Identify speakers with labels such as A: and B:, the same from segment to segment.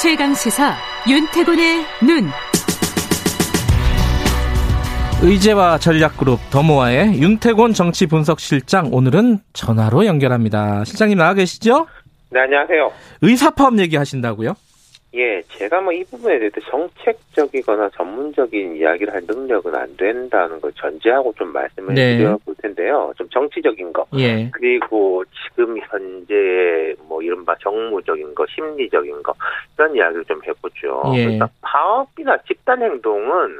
A: 최강 시사 윤태곤의 눈.
B: 의제와 전략그룹 더모아의 윤태곤 정치 분석실장 오늘은 전화로 연결합니다. 실장님 나와 계시죠?
C: 네, 안녕하세요.
B: 의사파업 얘기하신다고요?
C: 예, 제가 뭐 이 부분에 대해서 정책적이거나 전문적인 이야기를 할 능력은 안 된다는 걸 전제하고 좀 말씀을
B: 네.
C: 드려볼 텐데요. 좀 정치적인 거.
B: 예.
C: 그리고 지금 현재 뭐 이른바 정무적인 거, 심리적인 거 이런 이야기를 좀 해보죠.
B: 예.
C: 그러니까 파업이나 집단 행동은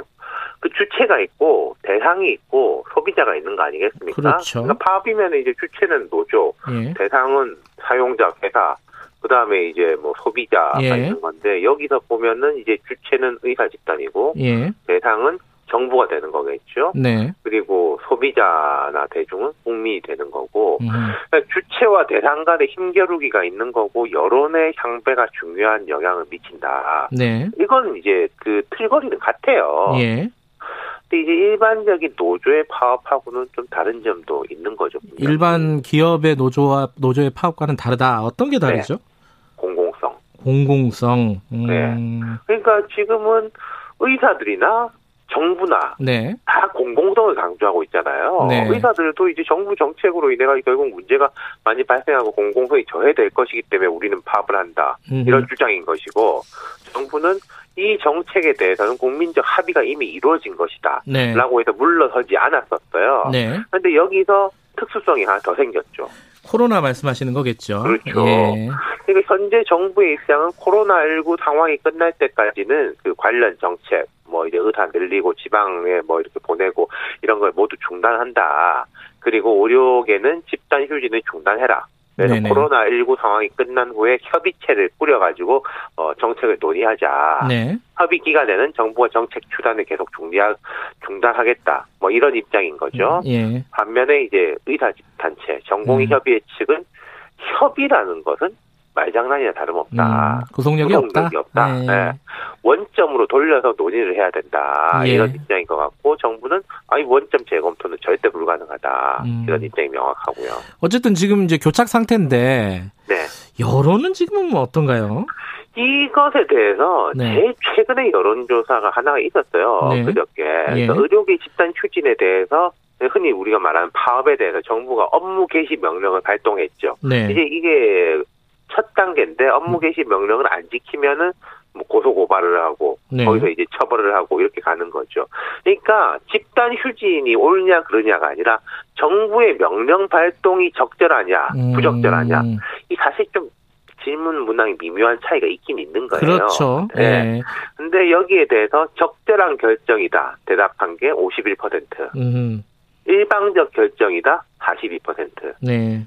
C: 그 주체가 있고 대상이 있고 소비자가 있는 거 아니겠습니까?
B: 그렇죠.
C: 그러니까 파업이면 이제 주체는 노조,
B: 예.
C: 대상은 사용자, 회사, 그 다음에 이제 뭐 소비자가
B: 예.
C: 있는 건데, 여기서 보면은 이제 주체는 의사 집단이고,
B: 예.
C: 대상은 정부가 되는 거겠죠.
B: 네.
C: 그리고 소비자나 대중은 국민이 되는 거고,
B: 음.
C: 그러니까 주체와 대상 간의 힘겨루기가 있는 거고, 여론의 향배가 중요한 영향을 미친다.
B: 네.
C: 이건 이제 그 틀거리는 같아요.
B: 예.
C: 근데 이제 일반적인 노조의 파업하고는 좀 다른 점도 있는 거죠. 분명히.
B: 일반 기업의 노조와 노조의 파업과는 다르다. 어떤
C: 네.
B: 게 다르죠?
C: 공공성.
B: 공공성. 음.
C: 그러니까 지금은 의사들이나 정부나
B: 네.
C: 다 공공성을 강조하고 있잖아요.
B: 네.
C: 의사들도 이제 정부 정책으로 인해가 결국 문제가 많이 발생하고 공공성이 저해될 것이기 때문에 우리는 파업을 한다.
B: 음.
C: 이런 주장인 것이고 정부는 이 정책에 대해서는 국민적 합의가 이미 이루어진 것이다.
B: 네.
C: 라고 해서 물러서지 않았었어요.
B: 네.
C: 그런데 여기서 특수성이 하나 더 생겼죠.
B: 코로나 말씀하시는 거겠죠.
C: 그렇죠.
B: 예.
C: 그러니까 현재 정부의 입장은 코로나19 상황이 끝날 때까지는 그 관련 정책, 뭐 이제 의사 늘리고 지방에 뭐 이렇게 보내고 이런 걸 모두 중단한다. 그리고 의료계는 집단 휴진을 중단해라. 그래서
B: 네네.
C: 코로나19 상황이 끝난 후에 협의체를 꾸려가지고 어, 정책을 논의하자.
B: 네.
C: 협의 기간에는 정부가 정책 추진을 계속 중지하, 중단하겠다. 뭐 이런 입장인 거죠.
B: 예.
C: 반면에 이제 의사 단체 전공의
B: 음.
C: 협의회 측은 협의라는 것은 말장난이나 다름없다.
B: 음, 구속력이 없다.
C: 구속력이 없다.
B: 예.
C: 네. 원점으로 돌려서 논의를 해야 된다.
B: 예.
C: 이런 입장인 것 같고 정부는 아니 원점 재검토는 절대 불가능하다.
B: 음.
C: 이런 입장이 명확하고요.
B: 어쨌든 지금 이제 교착 상태인데
C: 네.
B: 여론은 지금은 뭐 어떤가요?
C: 이것에 대해서
B: 네.
C: 제일 최근에 여론조사가 하나 있었어요.
B: 네.
C: 그저께
B: 예.
C: 그래서 의료계 집단 휴진에 대해서 흔히 우리가 말하는 파업에 대해서 정부가 업무 개시 명령을 발동했죠.
B: 네. 음.
C: 이제 이게 첫 단계인데 업무 개시 명령을 안 지키면은 뭐 고소 고발을 하고
B: 네.
C: 거기서 이제 처벌을 하고 이렇게 가는 거죠. 그러니까 집단 휴진이 옳냐 그러냐가 아니라 정부의 명령 발동이 적절하냐
B: 음,
C: 부적절하냐 이 사실 좀 질문 문항이 미묘한 차이가 있긴 있는 거예요.
B: 그렇죠.
C: 예.
B: 예.
C: 근데 여기에 대해서 적절한 결정이다 대답한 게 51%,
B: 음,
C: 일방적 결정이다 42%.
B: 네.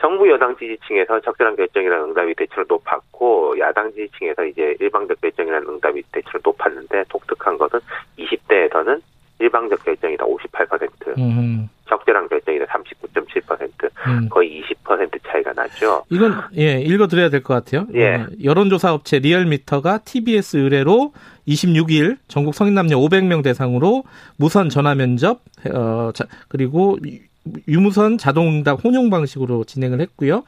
C: 정부 여당 지지층에서 적절한 결정이라는 응답이 대체로 높았고 야당 지지층에서 이제 일방적 결정이라는 응답이 대체로 높았는데 독특한 것은 20대에서는 일방적 결정이다 58%,
B: 음,
C: 적절한 결정이다 39.7%,
B: 음.
C: 거의 20% 차이가 나죠.
B: 이건 예 읽어드려야 될 것 같아요.
C: 예.
B: 어, 여론조사 업체 리얼미터가 TBS 의뢰로 26일 전국 성인 남녀 500명 대상으로 무선 전화 면접 어, 자, 그리고 유- 유무선 자동응답 혼용 방식으로 진행을 했고요.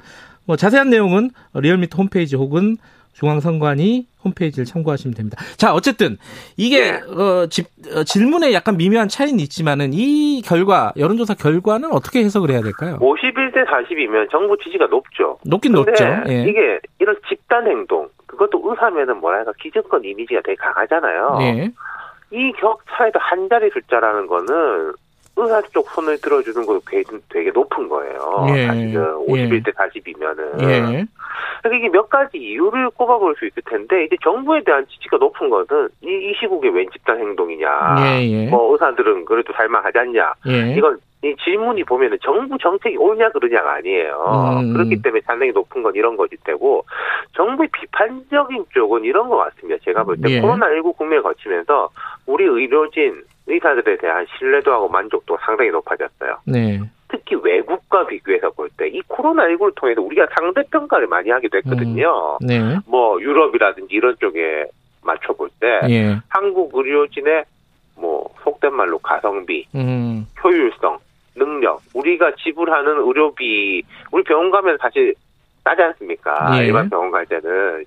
B: 뭐 자세한 내용은 리얼미터 홈페이지 혹은 중앙선관위 홈페이지를 참고하시면 됩니다. 자, 어쨌든 이게
C: 네.
B: 어, 집, 어, 질문에 약간 미묘한 차이는 있지만은 이 결과 여론조사 결과는 어떻게 해석을 해야 될까요?
C: 51대 40이면 정부 지지가 높죠.
B: 높긴
C: 뭐, 근데
B: 높죠. 예.
C: 이게 이런 집단 행동 그것도 의사면은 뭐랄까 기득권 이미지가 되게 강하잖아요.
B: 예.
C: 이 격차에도 한 자리 숫자라는 거는 의사 쪽 손을 들어주는 것도 되게, 되게 높은 거예요.
B: 예.
C: 사실은
B: 예.
C: 51대 40이면은.
B: 예.
C: 그러니까 이게 몇 가지 이유를 꼽아볼 수 있을 텐데 이제 정부에 대한 지지가 높은 것은 이, 이 시국에 웬 집단 행동이냐.
B: 예, 예.
C: 뭐 의사들은 그래도 살만하지 않냐.
B: 예.
C: 이건 이 질문이 보면은 정부 정책이 옳냐 그러냐가 아니에요.
B: 음.
C: 그렇기 때문에 잔량이 높은 건 이런 거지 되고 정부의 비판적인 쪽은 이런 것 같습니다. 제가 볼 때
B: 예.
C: 코로나19 국면을 거치면서 우리 의료진 의사들에 대한 신뢰도하고 만족도가 상당히 높아졌어요.
B: 네.
C: 특히 외국과 비교해서 볼 때 이 코로나19를 통해서 우리가 상대평가를 많이 하게 됐거든요.
B: 네.
C: 뭐 유럽이라든지 이런 쪽에 맞춰볼 때
B: 예.
C: 한국 의료진의 뭐 속된 말로 가성비
B: 음.
C: 효율성, 능력, 우리가 지불하는 의료비, 우리 병원 가면 사실 싸지 않습니까?
B: 예.
C: 일반 병원 갈 때는.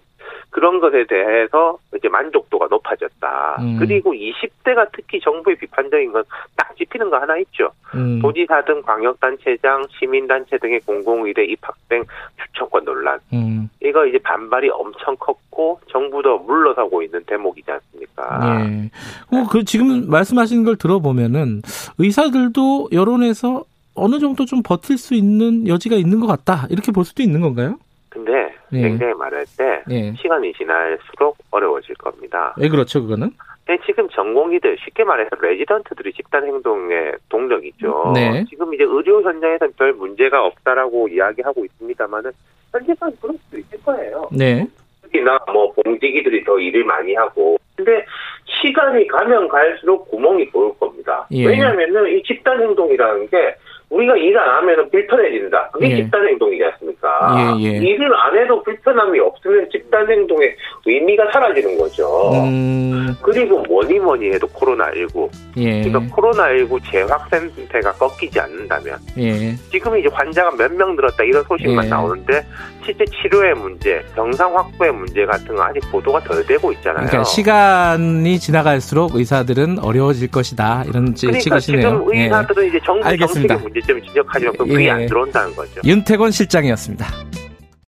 C: 그런 것에 대해서 이제 만족도가 높아졌다.
B: 음.
C: 그리고 20대가 특히 정부의 비판적인 건 딱 짚히는 거 하나 있죠.
B: 음.
C: 도지사 등 광역단체장, 시민단체 등의 공공의대 입학생 추천권 논란.
B: 음.
C: 이거 이제 반발이 엄청 컸고 정부도 물러서고 있는 대목이지 않습니까?
B: 예. 그리고 그 지금 말씀하시는 걸 들어보면은 의사들도 여론에서 어느 정도 좀 버틸 수 있는 여지가 있는 것 같다 이렇게 볼 수도 있는 건가요?
C: 근데
B: 예.
C: 굉장히 말할 때
B: 예.
C: 시간이 지날수록 어려워질 겁니다.
B: 왜 그렇죠 그거는?
C: 네, 지금 전공의들 쉽게 말해서 레지던트들이 집단 행동의 동력이죠.
B: 네.
C: 지금 이제 의료 현장에선 별 문제가 없다라고 이야기하고 있습니다만은 현실상 그럴 수도 있을 거예요.
B: 네.
C: 특히나 뭐 봉지기들이 더 일을 많이 하고. 근데 시간이 가면 갈수록 구멍이 보일 겁니다.
B: 예.
C: 왜냐하면은 이 집단 행동이라는 게 우리가 일 안 하면은 불편해진다. 그게
B: 예.
C: 집단 행동이지 않습니까?
B: 예, 예.
C: 일을 안 해도 불편함이 없으면 집단 행동의 의미가 사라지는 거죠.
B: 음.
C: 그리고 뭐니 뭐니 해도 코로나19.
B: 예.
C: 그러니까 코로나19 재확산세가 꺾이지 않는다면
B: 예.
C: 지금 이제 환자가 몇 명 늘었다 이런 소식만
B: 예.
C: 나오는데 실제 치료의 문제, 병상 확보의 문제 같은 건 아직 보도가 덜 되고 있잖아요.
B: 그러니까 시간이 지나갈수록 의사들은 어려워질 것이다 이런 지-
C: 그러니까
B: 찍으시네요. 예.
C: 지금 의사들은 이제 정부
B: 알겠습니다.
C: 정책의 문제점을 지적하지만 그럼 그게
B: 예.
C: 안 들어온다는 거죠.
B: 윤태곤 실장이었습니다.